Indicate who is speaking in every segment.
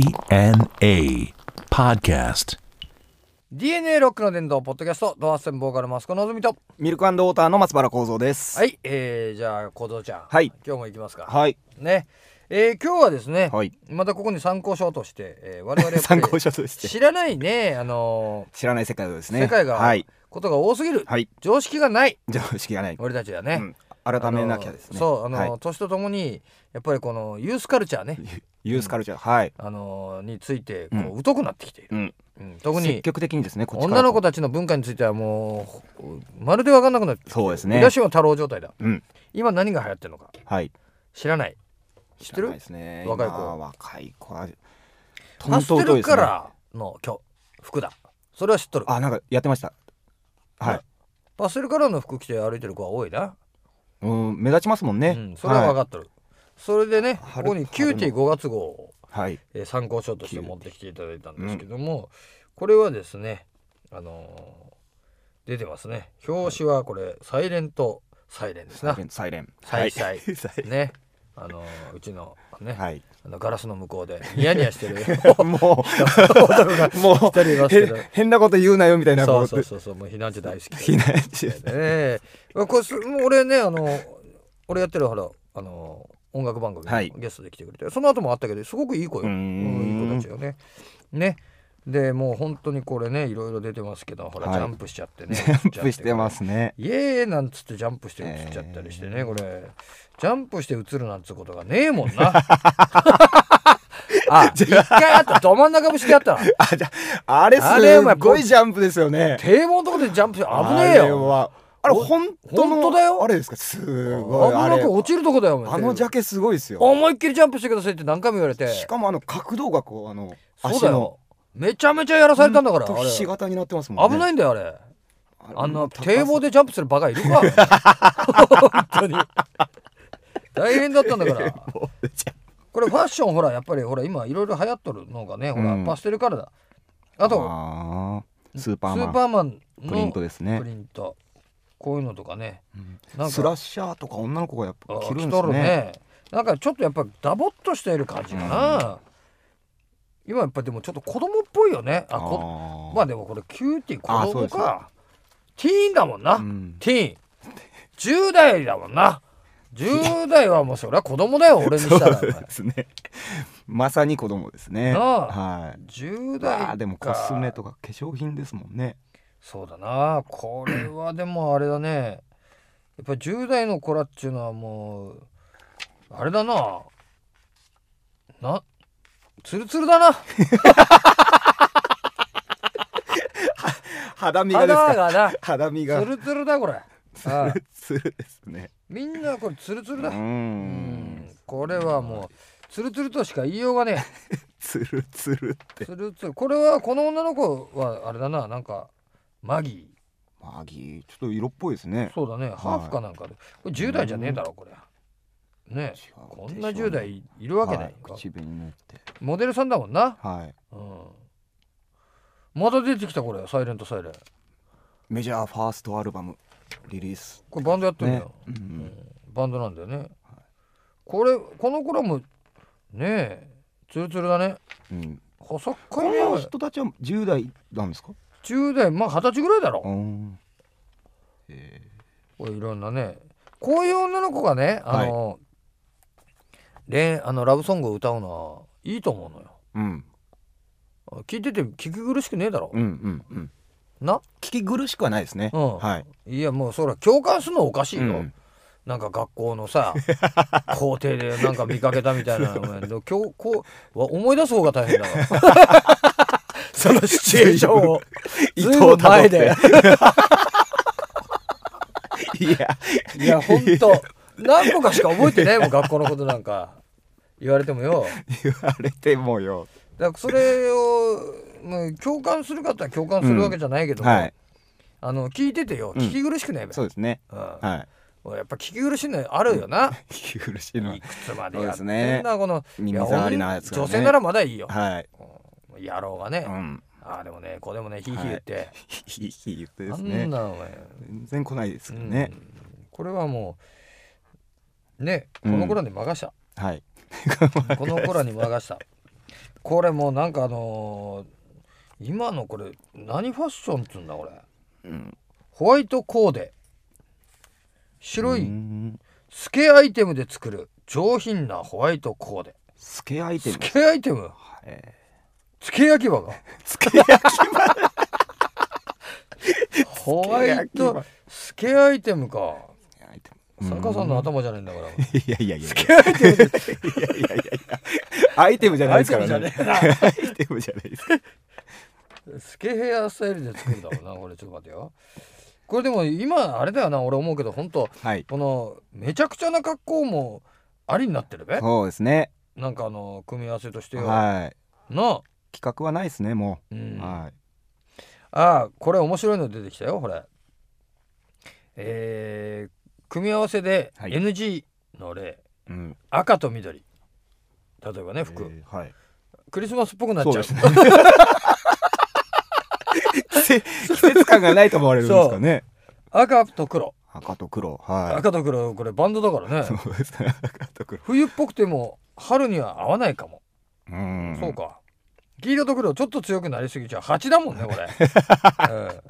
Speaker 1: DNA Podcast.
Speaker 2: DNA ロックの伝道ポッドキャストドアステンボーカルマスコのぞみと
Speaker 3: ミルクウォーターの松原幸三です。
Speaker 2: はいえー、じゃあ小僧ちゃん、
Speaker 3: はい
Speaker 2: 今日も行きますか
Speaker 3: はい。
Speaker 2: ねえー、今日はですね、
Speaker 3: はい
Speaker 2: またここに参考書として、えー、我々やっぱり
Speaker 3: 参考書として
Speaker 2: 知らないねあの
Speaker 3: 知らない世界をで
Speaker 2: ー
Speaker 3: すね。
Speaker 2: 世界が、
Speaker 3: はい。
Speaker 2: ことが多すぎる、
Speaker 3: はい。
Speaker 2: 常識がない
Speaker 3: 常識がない。
Speaker 2: 俺たちはね、
Speaker 3: うん改めなきゃですね。
Speaker 2: あのーそうあのー、
Speaker 3: はい
Speaker 2: 年とともにやっぱりこのユースカルチャーね
Speaker 3: ユースカルチャー。はい。
Speaker 2: あのーについてこう、
Speaker 3: う
Speaker 2: 疎くなってきている、
Speaker 3: うん。
Speaker 2: うん、特に
Speaker 3: 積極的にですね。こっちから
Speaker 2: 女の子たちの文化についてはもうまるで分かんなくなって
Speaker 3: そうです
Speaker 2: ね、
Speaker 3: ね。
Speaker 2: 東は太郎状態だ
Speaker 3: うん。
Speaker 2: 今何が流行ってるのか
Speaker 3: はい。
Speaker 2: 知らない知って
Speaker 3: 知ら
Speaker 2: る
Speaker 3: ないですね。
Speaker 2: 若い子
Speaker 3: 今若い子は。ト
Speaker 2: パ
Speaker 3: ン
Speaker 2: ス
Speaker 3: ト
Speaker 2: テ
Speaker 3: ンと
Speaker 2: ル
Speaker 3: ですね
Speaker 2: カ。ラーの今日服だそれは知っとる
Speaker 3: あ、なんかやってました。はい。
Speaker 2: パステルカラーの服着て歩いてる子は多いな、
Speaker 3: うん、目立ちますもん
Speaker 2: う
Speaker 3: ね。
Speaker 2: ん、それは分かっとる、それでねこ
Speaker 3: 春
Speaker 2: こに
Speaker 3: 春の
Speaker 2: QT5 月号を、
Speaker 3: はい。
Speaker 2: えー参考書として持ってきていただいたんですけども、これはですねあのー出てますね表紙はこれ「サイレントサイレン」です
Speaker 3: サ
Speaker 2: な
Speaker 3: イレン。サイレン。
Speaker 2: サイ
Speaker 3: はい
Speaker 2: サイねあのーうちのね、
Speaker 3: はい。
Speaker 2: あのガラスの向こうでニヤニヤして る
Speaker 3: も
Speaker 2: 男が
Speaker 3: う。もう。
Speaker 2: 人いますけど
Speaker 3: へ変なこと言うなよみたいな。
Speaker 2: そうそう
Speaker 3: こ
Speaker 2: そうそうもう避難所大好き
Speaker 3: う。ひな
Speaker 2: ねえこれすもう俺ねあの俺やってるほらあの音楽番組
Speaker 3: はい
Speaker 2: のゲストで来てくれて、その後もあったけどすごくいい子よ
Speaker 3: うーん
Speaker 2: うんいい子たちよねねでもう本当にこれねいろいろ出てますけどほら、
Speaker 3: はい
Speaker 2: ジャンプしちゃってね
Speaker 3: ジャンプしてますすね。
Speaker 2: イエーイなんつってジャンプして映っちゃったりしてね、これジャンプして映るなんつうことがねえもん なあ一回あったど真ん中節であったな
Speaker 3: あ、じゃあ、あれ
Speaker 2: あれはやっ
Speaker 3: す
Speaker 2: ぱ
Speaker 3: ごいジャンプですよね。
Speaker 2: 堤防のとこでジャンプして危ねえ
Speaker 3: あれ
Speaker 2: よ
Speaker 3: は。あれ
Speaker 2: お
Speaker 3: 本当の
Speaker 2: 本当だよ
Speaker 3: あれですか。すごい。
Speaker 2: 危
Speaker 3: あ
Speaker 2: な
Speaker 3: れ
Speaker 2: く落ちるとこだよお前
Speaker 3: あのジャケすごいですよ。
Speaker 2: 思いっきりジャンプしてくださいって何回も言われて
Speaker 3: しかもあの角度がこうあの
Speaker 2: そう
Speaker 3: 足
Speaker 2: だ
Speaker 3: の
Speaker 2: よめちゃめちゃやらされたんだからあ
Speaker 3: ほと
Speaker 2: れ
Speaker 3: ひし
Speaker 2: 危
Speaker 3: 形になってますもんね。。
Speaker 2: ないいんだよあれあんな堤防
Speaker 3: で
Speaker 2: でジャンプするバカ いるか本当に大変だったんだからこれファッションほらやっぱりほら今いろいろ流行っとるのがねほら
Speaker 3: うん
Speaker 2: パステルカラーだあと
Speaker 3: あースー
Speaker 2: ス
Speaker 3: パーマ
Speaker 2: ー
Speaker 3: ン
Speaker 2: パーマンの
Speaker 3: プリントですね
Speaker 2: プ。リントこういうのとかね
Speaker 3: うん
Speaker 2: なんか
Speaker 3: スラッシャーとか女の子がやっぱ
Speaker 2: あ
Speaker 3: 着る
Speaker 2: 着
Speaker 3: んで
Speaker 2: と
Speaker 3: す
Speaker 2: る
Speaker 3: ね。
Speaker 2: ねなんかちょっとやっぱダボっとしている感じかな、今やっぱでもちょっと子供っぽいよねあこ
Speaker 3: あ
Speaker 2: まあでもこれキューティー
Speaker 3: あ
Speaker 2: 子
Speaker 3: そう
Speaker 2: 供
Speaker 3: です
Speaker 2: かティーンだもんな、
Speaker 3: ーうん
Speaker 2: ティーン10代だもんな10代はもうそりゃ子供だよ俺にしたらお
Speaker 3: そう
Speaker 2: 前
Speaker 3: ですね。まさに子供ですね。
Speaker 2: なあ
Speaker 3: はい。
Speaker 2: 10代
Speaker 3: あ
Speaker 2: か
Speaker 3: ーでもコスメとか化粧品ですもんね。
Speaker 2: そうだなこれはでもあれだねやっぱ10代の子らっちゅうのはもうあれだななツルツルだな
Speaker 3: 肌身が
Speaker 2: 肌
Speaker 3: ですか。
Speaker 2: がな
Speaker 3: 肌身が
Speaker 2: ツルツルだこ れああ
Speaker 3: ツルですね。
Speaker 2: みんなこれツルツ
Speaker 3: う
Speaker 2: ルだ
Speaker 3: ー
Speaker 2: うんん。これはもうツルツルとしか言いようがねえ
Speaker 3: ツルツル って。
Speaker 2: つるつるこれはこの女の子はあれだななんかマギ
Speaker 3: マギーちょっと色っぽいですね
Speaker 2: ー。そうだねハーフかなんかで、これ10代じゃねえだろこれね
Speaker 3: 違う
Speaker 2: こんな10代いるわけない
Speaker 3: は
Speaker 2: か、
Speaker 3: 口紅塗って。
Speaker 2: モデルさんだもんな、
Speaker 3: はい。
Speaker 2: うん、また出てきたこれサイレントサイレン
Speaker 3: メジャーファーストアルバムリリース。
Speaker 2: これバンドやってるんだ
Speaker 3: ね
Speaker 2: よ、。
Speaker 3: う。
Speaker 2: うんんバンドなんだよねこれこの子らもねえつるつるだね
Speaker 3: うん。
Speaker 2: 細っ
Speaker 3: こ
Speaker 2: かいね
Speaker 3: の人たちは10代なんですか？
Speaker 2: 10代まあ二十歳ぐらいだろ
Speaker 3: うん。え
Speaker 2: こういろんなねこういう女の子がねあの、恋あのラブソングを歌うのはいいと思うのよ
Speaker 3: ーうん。
Speaker 2: 聞いてて聞き苦しくねえだろ
Speaker 3: う、んうんうん。
Speaker 2: な
Speaker 3: 聞き苦しくはないですね。
Speaker 2: うん
Speaker 3: はい。
Speaker 2: いやもうそら共感するのはおかしいよ、
Speaker 3: うん
Speaker 2: なんか学校のさ校庭でなんか見かけたみたい なのでも今日こうわ思い出す方が大変だわ そのシチュエーションを
Speaker 3: 伊
Speaker 2: ず
Speaker 3: 藤
Speaker 2: いぶん前
Speaker 3: た
Speaker 2: で
Speaker 3: どって。 いや。
Speaker 2: いやほんと何個かしか覚えてないもん学校のことなんか言われてもよ
Speaker 3: 言われてもよ。
Speaker 2: だからそれを、まあ、共感する方は共感するわけじゃないけども、
Speaker 3: はい。
Speaker 2: あの聞いててよ
Speaker 3: うん
Speaker 2: 聞き苦しくないべ、
Speaker 3: そうですね。
Speaker 2: うん
Speaker 3: はい。
Speaker 2: やっぱ聞き苦しいのあるよな、
Speaker 3: 聞き苦しいのはい
Speaker 2: くつまでやってん
Speaker 3: そう
Speaker 2: な、
Speaker 3: ですね
Speaker 2: この
Speaker 3: 耳障りなやつがね
Speaker 2: 女性ならまだいいよ、
Speaker 3: はい。
Speaker 2: 野郎がね、
Speaker 3: うん。
Speaker 2: ああでもねこれもねひいひい言って、
Speaker 3: ひいひい言ってで
Speaker 2: あ
Speaker 3: す
Speaker 2: ん
Speaker 3: ね。
Speaker 2: なお前、
Speaker 3: 全然来ないです
Speaker 2: う
Speaker 3: よ
Speaker 2: ん
Speaker 3: ね。
Speaker 2: これはもうねこ
Speaker 3: うん
Speaker 2: の子らに任した、
Speaker 3: はい。
Speaker 2: この子らに任したこれもうなんかあのー今のこれ何ファッションっつうんだこれ
Speaker 3: うん
Speaker 2: ホワイトコーデ白
Speaker 3: う
Speaker 2: い
Speaker 3: ん
Speaker 2: 透けアイテムで作る上品なホワイトコーデ
Speaker 3: スケアイテム
Speaker 2: 透けアイテム
Speaker 3: え
Speaker 2: 付け焼き場が
Speaker 3: スケア
Speaker 2: ホワイト透けアイテムか
Speaker 3: アイテム
Speaker 2: 坂さんの頭じゃないんだから
Speaker 3: いやいやいや
Speaker 2: 透けアイテムで
Speaker 3: いやいやいやアイテムじゃないですから
Speaker 2: アイテム
Speaker 3: ね
Speaker 2: じゃね
Speaker 3: アイテムじゃないです
Speaker 2: 透けヘアスタイルで作るんだろうなこれちょっと待ってよこれでも今あれだよな俺思うけど本当
Speaker 3: はい
Speaker 2: このめちゃくちゃな格好もありになってるべ
Speaker 3: そうですね
Speaker 2: なんかあの組み合わせとしてよな
Speaker 3: はい
Speaker 2: あ、
Speaker 3: 企画はないですねも
Speaker 2: う
Speaker 3: う、
Speaker 2: ん、あ
Speaker 3: はい
Speaker 2: あこれ面白いの出てきたよこれえー、組み合わせで
Speaker 3: はい
Speaker 2: NG の例、
Speaker 3: うん
Speaker 2: 赤と緑例えばね服、
Speaker 3: えーはい
Speaker 2: クリスマスっぽくなっ
Speaker 3: そう
Speaker 2: ちゃ
Speaker 3: で
Speaker 2: う
Speaker 3: すね 季節季節感がないと思われるんですかね
Speaker 2: 赤と黒、
Speaker 3: 赤と黒はい
Speaker 2: 赤と黒これバンドだからね
Speaker 3: そうですね赤と黒
Speaker 2: 冬っぽくても春には合わないかも、
Speaker 3: うん
Speaker 2: そうか黄色と黒ちょっと強くなりすぎちゃう蜂だもん ねこれ、うん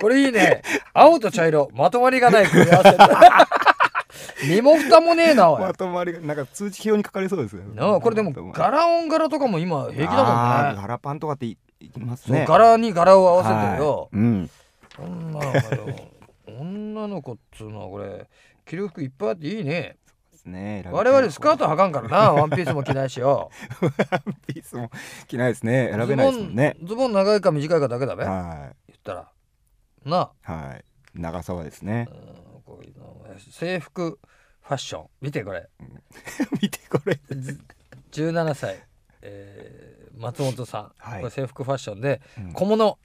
Speaker 2: これいいね青と茶色まとまりがない組み合わせ 身も蓋もねえなおい
Speaker 3: まとまりがなんか通知表にかかりそうですね
Speaker 2: なあこれでも柄音柄とかも今平気だもんね
Speaker 3: 柄パンとかっていいきます
Speaker 2: そう
Speaker 3: ね
Speaker 2: 柄に柄を合わせてるよ、
Speaker 3: はいうん
Speaker 2: そんなのまだ 女の子っつうのはこれ着る服いっぱいあっていいね
Speaker 3: ですね
Speaker 2: 我々スカー
Speaker 3: ト
Speaker 2: トはかんからなワンピースも着ないしよ
Speaker 3: ピースも着ないですね選べないですもんね
Speaker 2: ズボンズボン長いか短いかだけだべ言っ
Speaker 3: は
Speaker 2: たらなあ
Speaker 3: いはい長さはですね
Speaker 2: うんこういうの制服ファッション見てこれ
Speaker 3: 見てこれ
Speaker 2: ず17歳、えー松本さん、
Speaker 3: はい
Speaker 2: これ制服ファッションで
Speaker 3: うん
Speaker 2: 小物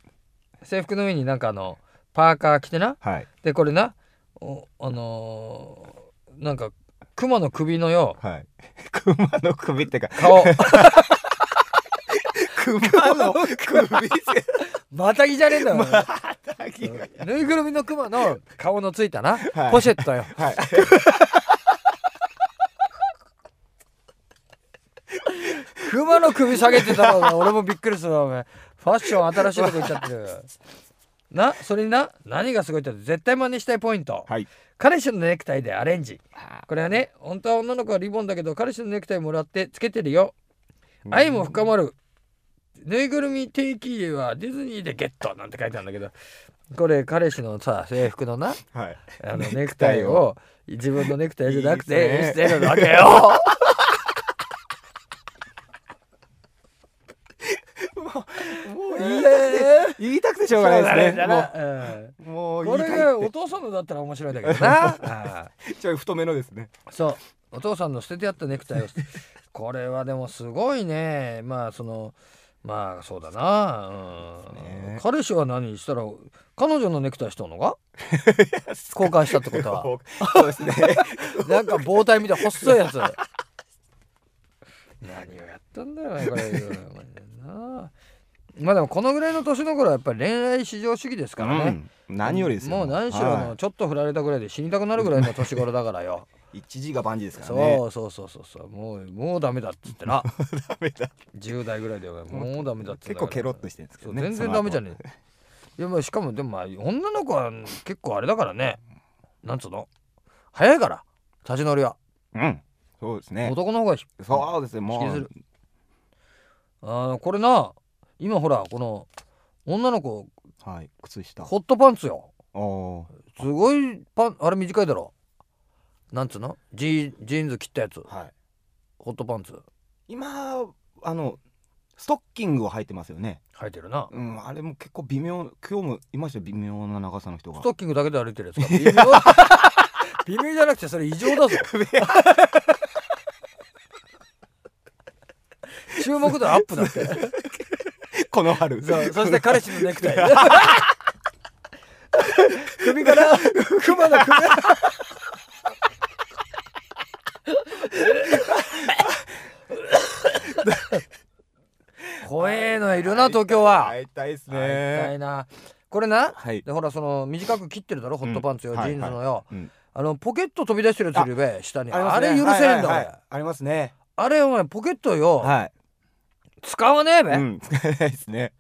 Speaker 2: 制服の上になんかあのパーカー着てな
Speaker 3: はい
Speaker 2: でこれなおあのーなんか熊の首のよう
Speaker 3: はい 熊の首ってか
Speaker 2: 顔
Speaker 3: 熊の首
Speaker 2: またぎじゃねえんだよ、
Speaker 3: だけが
Speaker 2: ぬいぐるみのクマの顔のついたな、
Speaker 3: はい
Speaker 2: ポシェットよ
Speaker 3: はい
Speaker 2: クマの首下げてたの俺もびっくりするわお前ファッション新しいとこ行っちゃってるなそれにな何がすごいって絶対真似したいポイント、
Speaker 3: はい
Speaker 2: 彼氏のネクタイでアレンジこれはね本当は女の子はリボンだけど彼氏のネクタイもらってつけてるよ愛も深まるぬいぐるみ定期入れはディズニーでゲットなんて書いてあるんだけどこれ彼氏のさ制服のな
Speaker 3: はい
Speaker 2: あのネクタイを自分のネクタイじゃなく
Speaker 3: いい
Speaker 2: て
Speaker 3: ですね
Speaker 2: してるわけよ。
Speaker 3: もう
Speaker 2: え
Speaker 3: 言いたくて
Speaker 2: え
Speaker 3: 言いたくてしょうがないですねも
Speaker 2: ね。
Speaker 3: うもう言
Speaker 2: こ
Speaker 3: い
Speaker 2: れ
Speaker 3: た
Speaker 2: が
Speaker 3: い
Speaker 2: お
Speaker 3: って
Speaker 2: 父さんのだったら面白いんだけどな。 ああ
Speaker 3: ちょい太めのですね
Speaker 2: そうお父さんの捨ててあったネクタイをこれはでもすごいねまあそのまあそうだな、うん
Speaker 3: そうですね
Speaker 2: 彼氏は何したら彼女のネクタイしてんの か交換したってことは
Speaker 3: そうですね
Speaker 2: なんか棒体みたいな細 いやつ。何をやったんだよ、お前これ。お前なまあでもこのぐらいの年の頃はやっぱり恋愛至上主義ですからね。
Speaker 3: うん何よりですよ
Speaker 2: もう何しろあの
Speaker 3: は
Speaker 2: ちょっと振られたぐらいで死にたくなるぐらいの年頃だから よ。
Speaker 3: い一時が万事ですからね
Speaker 2: そうそうそうそうそうもうもうダメだっつってな。
Speaker 3: ダメだ
Speaker 2: 10代ぐらいでお前もうダメだっつって
Speaker 3: 結構ケロッと
Speaker 2: し
Speaker 3: してるんですけ
Speaker 2: そ
Speaker 3: ど
Speaker 2: う
Speaker 3: ね
Speaker 2: 全然ダメじゃ
Speaker 3: ね
Speaker 2: ねえ。いやまあしかもでもまあ女の子は結構あれだからね。なんつうの早いから立ち乗りは
Speaker 3: うんそうですね
Speaker 2: 男の方が
Speaker 3: そうですねも
Speaker 2: 引きず
Speaker 3: う
Speaker 2: るあのこれな今ほらこの女の子
Speaker 3: はい靴下
Speaker 2: ホットパンツよ
Speaker 3: おー
Speaker 2: すごいパンあれ短いだろなんつうのジージーンズ切ったやつ
Speaker 3: はい
Speaker 2: ホットパンツ
Speaker 3: 今あのストッキングを履いてますよね
Speaker 2: 履いてるな
Speaker 3: うんあれも結構微妙今日もいましたよ微妙な長さの人が
Speaker 2: ストッキングだけで歩いてるやつか微妙微妙じゃ なくてそれ異常だぞ注目度アップだって
Speaker 3: この春
Speaker 2: そうそして彼氏のネクタイ首からクマの 首怖えのいるな東京は。
Speaker 3: 会いたいです
Speaker 2: 会いた
Speaker 3: ね
Speaker 2: いな。これな、
Speaker 3: はい
Speaker 2: でほらその短く切ってるだろホットパンツよ、
Speaker 3: うんはい
Speaker 2: ジーンズのよ、
Speaker 3: うん
Speaker 2: あのポケット飛び出してるやついるべ下にあ,、
Speaker 3: ますね
Speaker 2: れ許せねえんだ、
Speaker 3: は
Speaker 2: 俺
Speaker 3: いはいはいありますね
Speaker 2: あれお前ポケットよ、
Speaker 3: はい
Speaker 2: 使わねえべ、
Speaker 3: うん、 使えないですね。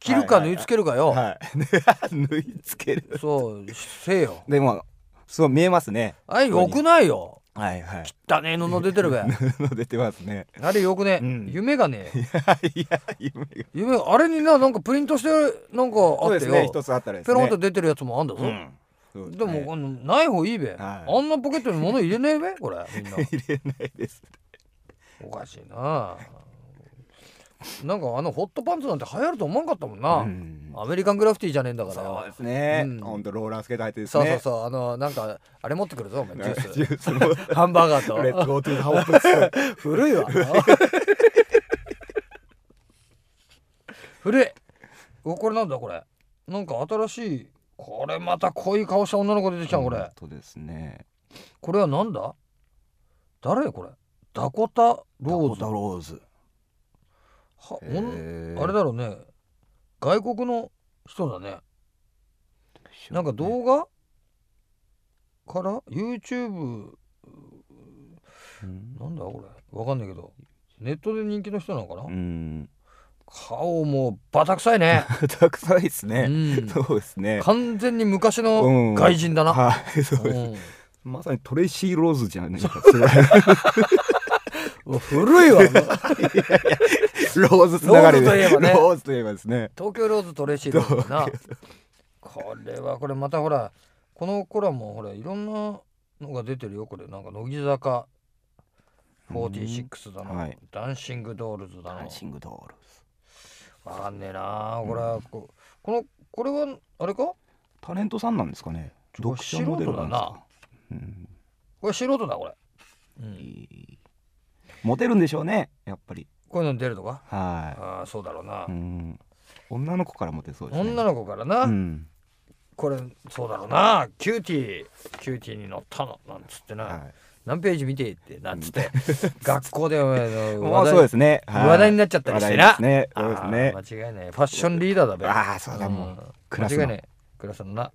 Speaker 2: 切るか縫い付けるかよ、
Speaker 3: はい。 縫い付ける。
Speaker 2: そうせえよ
Speaker 3: でも、そう見えますね。
Speaker 2: あれよくないよ
Speaker 3: はいはい。
Speaker 2: 汚ねえ布出て るべ
Speaker 3: 布出てますね。
Speaker 2: あれよくねえ、
Speaker 3: うん
Speaker 2: 夢がねえよ
Speaker 3: いや、夢が。
Speaker 2: 夢あれにななんかプリントしてなんかあ
Speaker 3: そう
Speaker 2: っ
Speaker 3: で
Speaker 2: て
Speaker 3: す
Speaker 2: よ、
Speaker 3: ね。一つあったらです
Speaker 2: ペ
Speaker 3: ね。
Speaker 2: ロンと出てるやつもあんだぞ、
Speaker 3: うん。そう
Speaker 2: でも、
Speaker 3: はい
Speaker 2: あのない方いいべ、
Speaker 3: は
Speaker 2: あ
Speaker 3: い
Speaker 2: んなポケットに物入れねえべこれみんな
Speaker 3: 入れないです。
Speaker 2: おかしいななんかあのホットパンツなんて流行ると思わんかったもんな、
Speaker 3: うん
Speaker 2: アメリカングラフィティじゃねえんだから
Speaker 3: そうですね
Speaker 2: うん。
Speaker 3: 本当ローラースケート履いてです
Speaker 2: そうそう
Speaker 3: ね。
Speaker 2: そうあのなんかあれ持ってくるぞお前ジュー
Speaker 3: ジ
Speaker 2: ス
Speaker 3: ュースも。
Speaker 2: ハンバーガ
Speaker 3: レッ
Speaker 2: ー
Speaker 3: ツゴートゥーハ オプス。
Speaker 2: と古いわ古いおこれなんだこれなんか新しいこれまた濃い顔した女の子出てきたこれ、
Speaker 3: 本当ですね。
Speaker 2: これはなんだ誰これダコタローズ
Speaker 3: ダコタローズ。
Speaker 2: はおん
Speaker 3: へー
Speaker 2: あれだろうね外国の人だねなんか動画から YouTube
Speaker 3: うん
Speaker 2: なんだこれわかんないけどネットで人気の人なのかな、
Speaker 3: うん。
Speaker 2: 顔もうバタ臭いね、
Speaker 3: たくさんです
Speaker 2: う
Speaker 3: ね。
Speaker 2: ん、
Speaker 3: そうですね。
Speaker 2: 完全に昔
Speaker 3: う
Speaker 2: の
Speaker 3: ん
Speaker 2: 外人だな、
Speaker 3: はい、そう
Speaker 2: う
Speaker 3: です。
Speaker 2: ん
Speaker 3: まさにトレイシー・ローズじゃないか。
Speaker 2: うわ古いわ
Speaker 3: ローズつながりで。
Speaker 2: ローズといえばね
Speaker 3: ローズといえばですね。
Speaker 2: 東京ローズとレシーだもんなこれはこれまたほらこの頃はもうほらいろんなのが出てるよこれなんか乃木坂46だの、
Speaker 3: うんはい
Speaker 2: ダンシングドールズだ
Speaker 3: ダ
Speaker 2: の
Speaker 3: ンシングドールズ。
Speaker 2: わかんねえなこれはここのこれはあれか
Speaker 3: タレントさんなんですかね。
Speaker 2: ちょ
Speaker 3: 読者モデルなんですか。うん
Speaker 2: これ素人だこれ、うん、
Speaker 3: いいモテるんでしょうね、やっぱり。
Speaker 2: こういうの出るのか
Speaker 3: は
Speaker 2: ああそうだろうな、
Speaker 3: い。うん。女の子からモテそうですね。
Speaker 2: 女の子からな、
Speaker 3: うん。
Speaker 2: これそうだろうなキューティーキューティーに乗ったのなんつってな、
Speaker 3: は
Speaker 2: 何ページ見てってなんつって 学校でお前
Speaker 3: い。
Speaker 2: の
Speaker 3: も
Speaker 2: 話
Speaker 3: う
Speaker 2: 題
Speaker 3: そうですね。はい
Speaker 2: 話題になっちゃったりしてな
Speaker 3: 話題ですね。そうですね。
Speaker 2: あー間違いないファッションリーダーだべ
Speaker 3: あーそうだもうんクラスの
Speaker 2: 間違いないクラスのな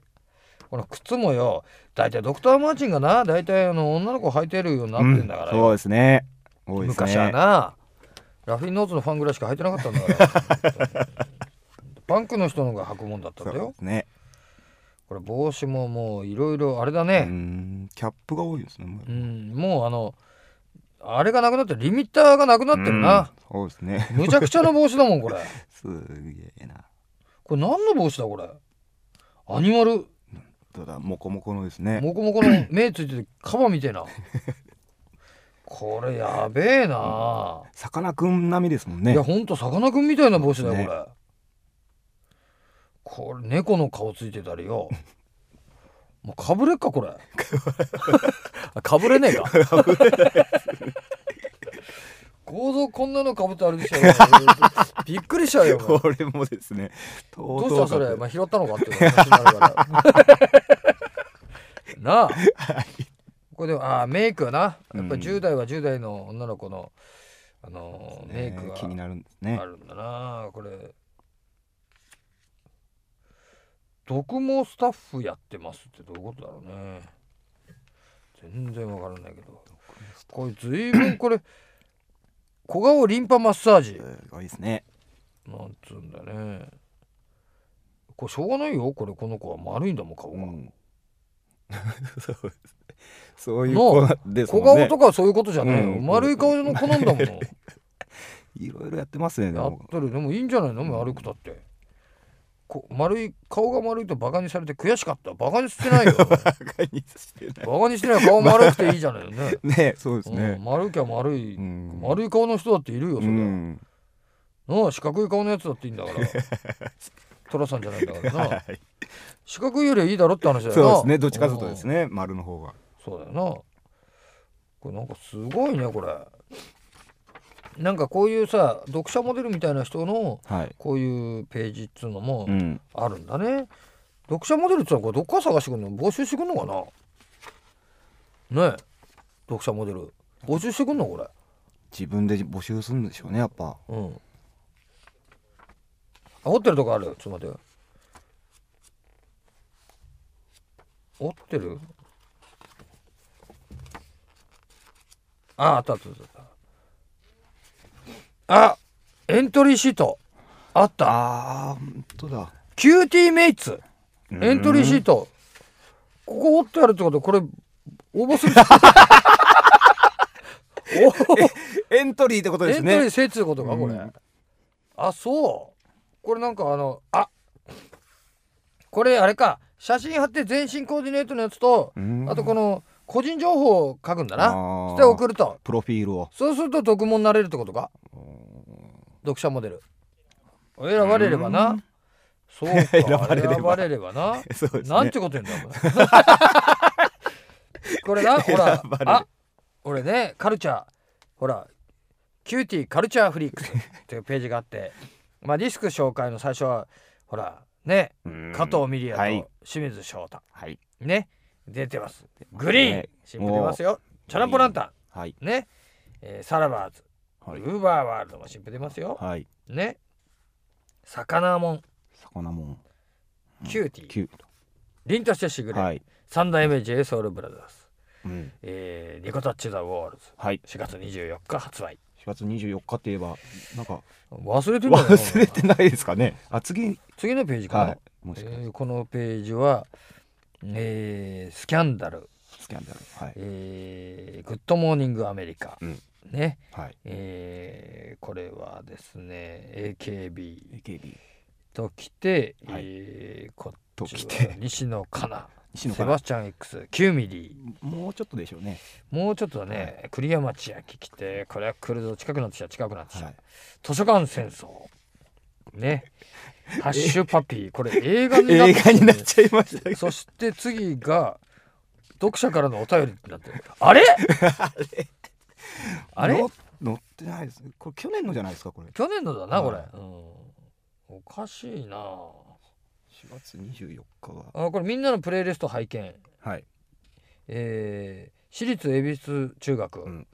Speaker 2: この靴もよ大体ドクター・マーチンがな大体あの女の子履いてるようになってんだから
Speaker 3: うんそう
Speaker 2: よ、
Speaker 3: ですね多いですね
Speaker 2: 昔はなラフィンノーズのファンぐらいしか履いてなかったんだ からパンクの人の方が履くもんだったん
Speaker 3: そう
Speaker 2: だよ
Speaker 3: ですね
Speaker 2: これ帽子ももういろいろあれだ
Speaker 3: う
Speaker 2: ね
Speaker 3: んキャップが多いですねもう
Speaker 2: うん、もうあのあれがなくなってリミッターがなくなってるな、
Speaker 3: うんそうですね
Speaker 2: むちゃくちゃな帽子だもんこれ
Speaker 3: すげえな
Speaker 2: これ何の帽子だこれアニマル
Speaker 3: ただモコモコのですね
Speaker 2: モコモコの目ついててカバみたいなこれやべえな、
Speaker 3: さかなクン並みですもんね
Speaker 2: いやほんとさかなクンみたいな帽子だよこれ、
Speaker 3: ね
Speaker 2: これ猫の顔ついてたりよ もうかぶれっかこれ あかぶれねえか 構造こんなのかぶって歩いてきたよ びっくりしちゃうよお前
Speaker 3: これもですね
Speaker 2: ど
Speaker 3: ど
Speaker 2: うしたそれ、まあ、拾ったのかっていう話になる からなあこれでもああメイクはなやっぱ
Speaker 3: うん
Speaker 2: 10代は10代の女の子の、あのーメイク
Speaker 3: 気に
Speaker 2: が
Speaker 3: なるんですね
Speaker 2: あるんだなこれ「読毛スタッフやってます」ってどういうことだろうね全然わからないけどこれ随分これ小顔リンパマッサージ
Speaker 3: すごいですね
Speaker 2: なんつうんだねこれしょうがないよこれこの子は丸いんだもん顔
Speaker 3: う
Speaker 2: が、
Speaker 3: ん そうですそういう
Speaker 2: の
Speaker 3: 子です
Speaker 2: 小
Speaker 3: もん
Speaker 2: 顔
Speaker 3: ね
Speaker 2: とかはそういうことじゃねえよ、
Speaker 3: うん
Speaker 2: 丸い顔の子なんだもん やっ
Speaker 3: いろいろやってますねでも
Speaker 2: とるでもいいんじゃないの丸くたってこ丸い顔が丸いとバカにされて悔しかったバカにしてない よバ
Speaker 3: バカにしてない
Speaker 2: カにしてない顔丸くていいじゃないよね
Speaker 3: ねそうです
Speaker 2: う
Speaker 3: ね
Speaker 2: ん、丸きゃ丸い、
Speaker 3: うん
Speaker 2: 丸い顔の人だっているよそれ、
Speaker 3: うん
Speaker 2: なあ四角い顔のやつだっていいんだから 寅さんじゃないんだからな、
Speaker 3: はい
Speaker 2: 四角いよりはいいだろって話だよな
Speaker 3: そうですねどっちかというと
Speaker 2: うん
Speaker 3: ですね丸の方が
Speaker 2: そうだよなこれなんかすごいねこれなんかこういうさ読者モデルみたいな人の
Speaker 3: はい
Speaker 2: こういうページっつうのも
Speaker 3: うん
Speaker 2: あるんだね、読者モデルっつうのはこれどっから探してくるの募集してくんのかなねえ読者モデル募集してくんのこれ
Speaker 3: 自分で募集するんでしょうねやっぱ
Speaker 2: うんあ折ってるとこあるよちょっと待ってよ折ってるああったあったあったあエントリーシートあった
Speaker 3: ああ本当だ
Speaker 2: キューティーメイツエントリーシートここ折ってあるってことこれ応募す るお
Speaker 3: エントリーってことで
Speaker 2: エ
Speaker 3: す
Speaker 2: ントリ
Speaker 3: ね
Speaker 2: ーせいっつうことかこれ、
Speaker 3: うん
Speaker 2: あそうこれなんかあのあこれあれか写真貼って全身コーディネートのやつと、
Speaker 3: うん
Speaker 2: あとこの個人情報を書くんだ
Speaker 3: あ
Speaker 2: な
Speaker 3: ー
Speaker 2: そして送ると
Speaker 3: プロフィールを
Speaker 2: そうすると読モになれるってことか読者モデル選ばれれば
Speaker 3: う
Speaker 2: なんそうか
Speaker 3: 選ばれれば
Speaker 2: 選ばれればな
Speaker 3: そうですね
Speaker 2: なんてこと言うんだお 前これなほら
Speaker 3: 選ばれる
Speaker 2: あ俺ねカルチャーほらキューティーカルチャーフリークスっていうページがあってまあディスク紹介の最初はほらね
Speaker 3: うん
Speaker 2: 加藤ミリア
Speaker 3: はい
Speaker 2: と清水翔太、
Speaker 3: はい
Speaker 2: ね出てますグリーン
Speaker 3: ね
Speaker 2: 新婦出ますよチャランポランタ
Speaker 3: はい
Speaker 2: ンね、えーサラバーズ、
Speaker 3: はい
Speaker 2: ウーバーワールドも新婦出ますよ
Speaker 3: はい
Speaker 2: ね魚もん
Speaker 3: 魚もん
Speaker 2: キューティー、
Speaker 3: キュート
Speaker 2: 凛としてしぐれ、
Speaker 3: はい
Speaker 2: 三代目 j ソ o ルブラザーズ
Speaker 3: うん
Speaker 2: えー、ニコタッチ・ザ・ウォールズ
Speaker 3: はい
Speaker 2: 4月24日発売
Speaker 3: 4月24日といえばなんか
Speaker 2: 忘れてるんだよな
Speaker 3: 忘れてないですかねあ次
Speaker 2: 次のページかな、
Speaker 3: はいもしかして
Speaker 2: えーこのページは、えースキャンダル、
Speaker 3: スキャンダルはい
Speaker 2: えーグッドモーニングアメリカ、
Speaker 3: うん
Speaker 2: ね、
Speaker 3: はい
Speaker 2: えーこれはですね AKB
Speaker 3: AKB
Speaker 2: ときて、
Speaker 3: はい
Speaker 2: えーこっ
Speaker 3: と
Speaker 2: ち
Speaker 3: き
Speaker 2: は
Speaker 3: て
Speaker 2: 西野カナ
Speaker 3: 西野
Speaker 2: セ
Speaker 3: か
Speaker 2: バ
Speaker 3: ら
Speaker 2: スチャン X、9ミリ
Speaker 3: もうちょっとでしょうね
Speaker 2: もうちょっとね、栗山千明来てこれは来るぞ近くなってきた近くなってきた、
Speaker 3: はい
Speaker 2: 図書館戦争 ねハッシュパピーこれ映画にな
Speaker 3: 映
Speaker 2: って
Speaker 3: 画になっちゃいましたけど
Speaker 2: そして次が読者からのお便りになってるあ れ あれ
Speaker 3: の乗ってないですねこれ去年のじゃないですかこれ
Speaker 2: 去年のだなこれ、
Speaker 3: はい
Speaker 2: うん、おかしいな
Speaker 3: 4月24日は
Speaker 2: あこれみんなのプレイリスト拝見
Speaker 3: はい
Speaker 2: えー私立恵比寿中学、
Speaker 3: うん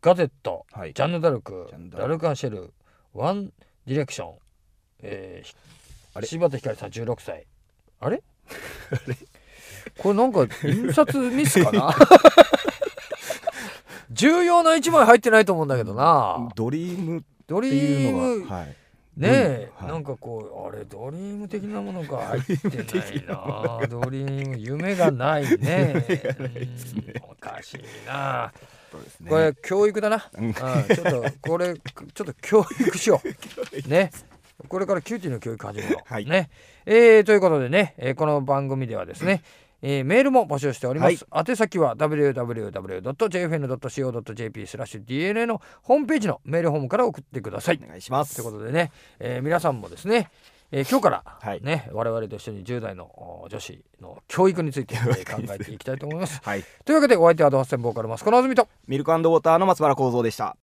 Speaker 2: ガゼット
Speaker 3: はい
Speaker 2: ジャンヌ・ダルク
Speaker 3: ジャンヌダル
Speaker 2: ダ
Speaker 3: ク
Speaker 2: ルカンシェルワン・ディレクション、えーひ
Speaker 3: あれ
Speaker 2: 柴田ひかりさん16歳あ れこれなんか印刷ミスか な重要な1枚入ってないと思うんだけどな
Speaker 3: ドリームっ
Speaker 2: ド
Speaker 3: て
Speaker 2: リ
Speaker 3: い
Speaker 2: ー
Speaker 3: う
Speaker 2: ム
Speaker 3: のがはい
Speaker 2: ねえ、
Speaker 3: はい
Speaker 2: なんかこうあれドリーム的なものが入ってないなドリーム夢がない ねうんおかしいな
Speaker 3: そうですね
Speaker 2: これ教育だな、
Speaker 3: うん
Speaker 2: あちょっとこれ ちょっと教育しようねこれからキューティーの教育始めよう、
Speaker 3: はい
Speaker 2: ねえーということでね、えーこの番組ではですね、えーメールも募集しております、宛先は www.jfn.co.jp スラッシュ DNA のホームページのメールフォームから送ってください
Speaker 3: お願いします
Speaker 2: ということでね、えー皆さんもですね、えー今日から、
Speaker 3: はい
Speaker 2: ね我々と一緒に10代のお女子の教育について、え ー考えていきたいと思います。
Speaker 3: はい
Speaker 2: というわけでお相手はドハッセンボーカルマスコのあずみと
Speaker 3: ミルクウォーターの松原幸三でした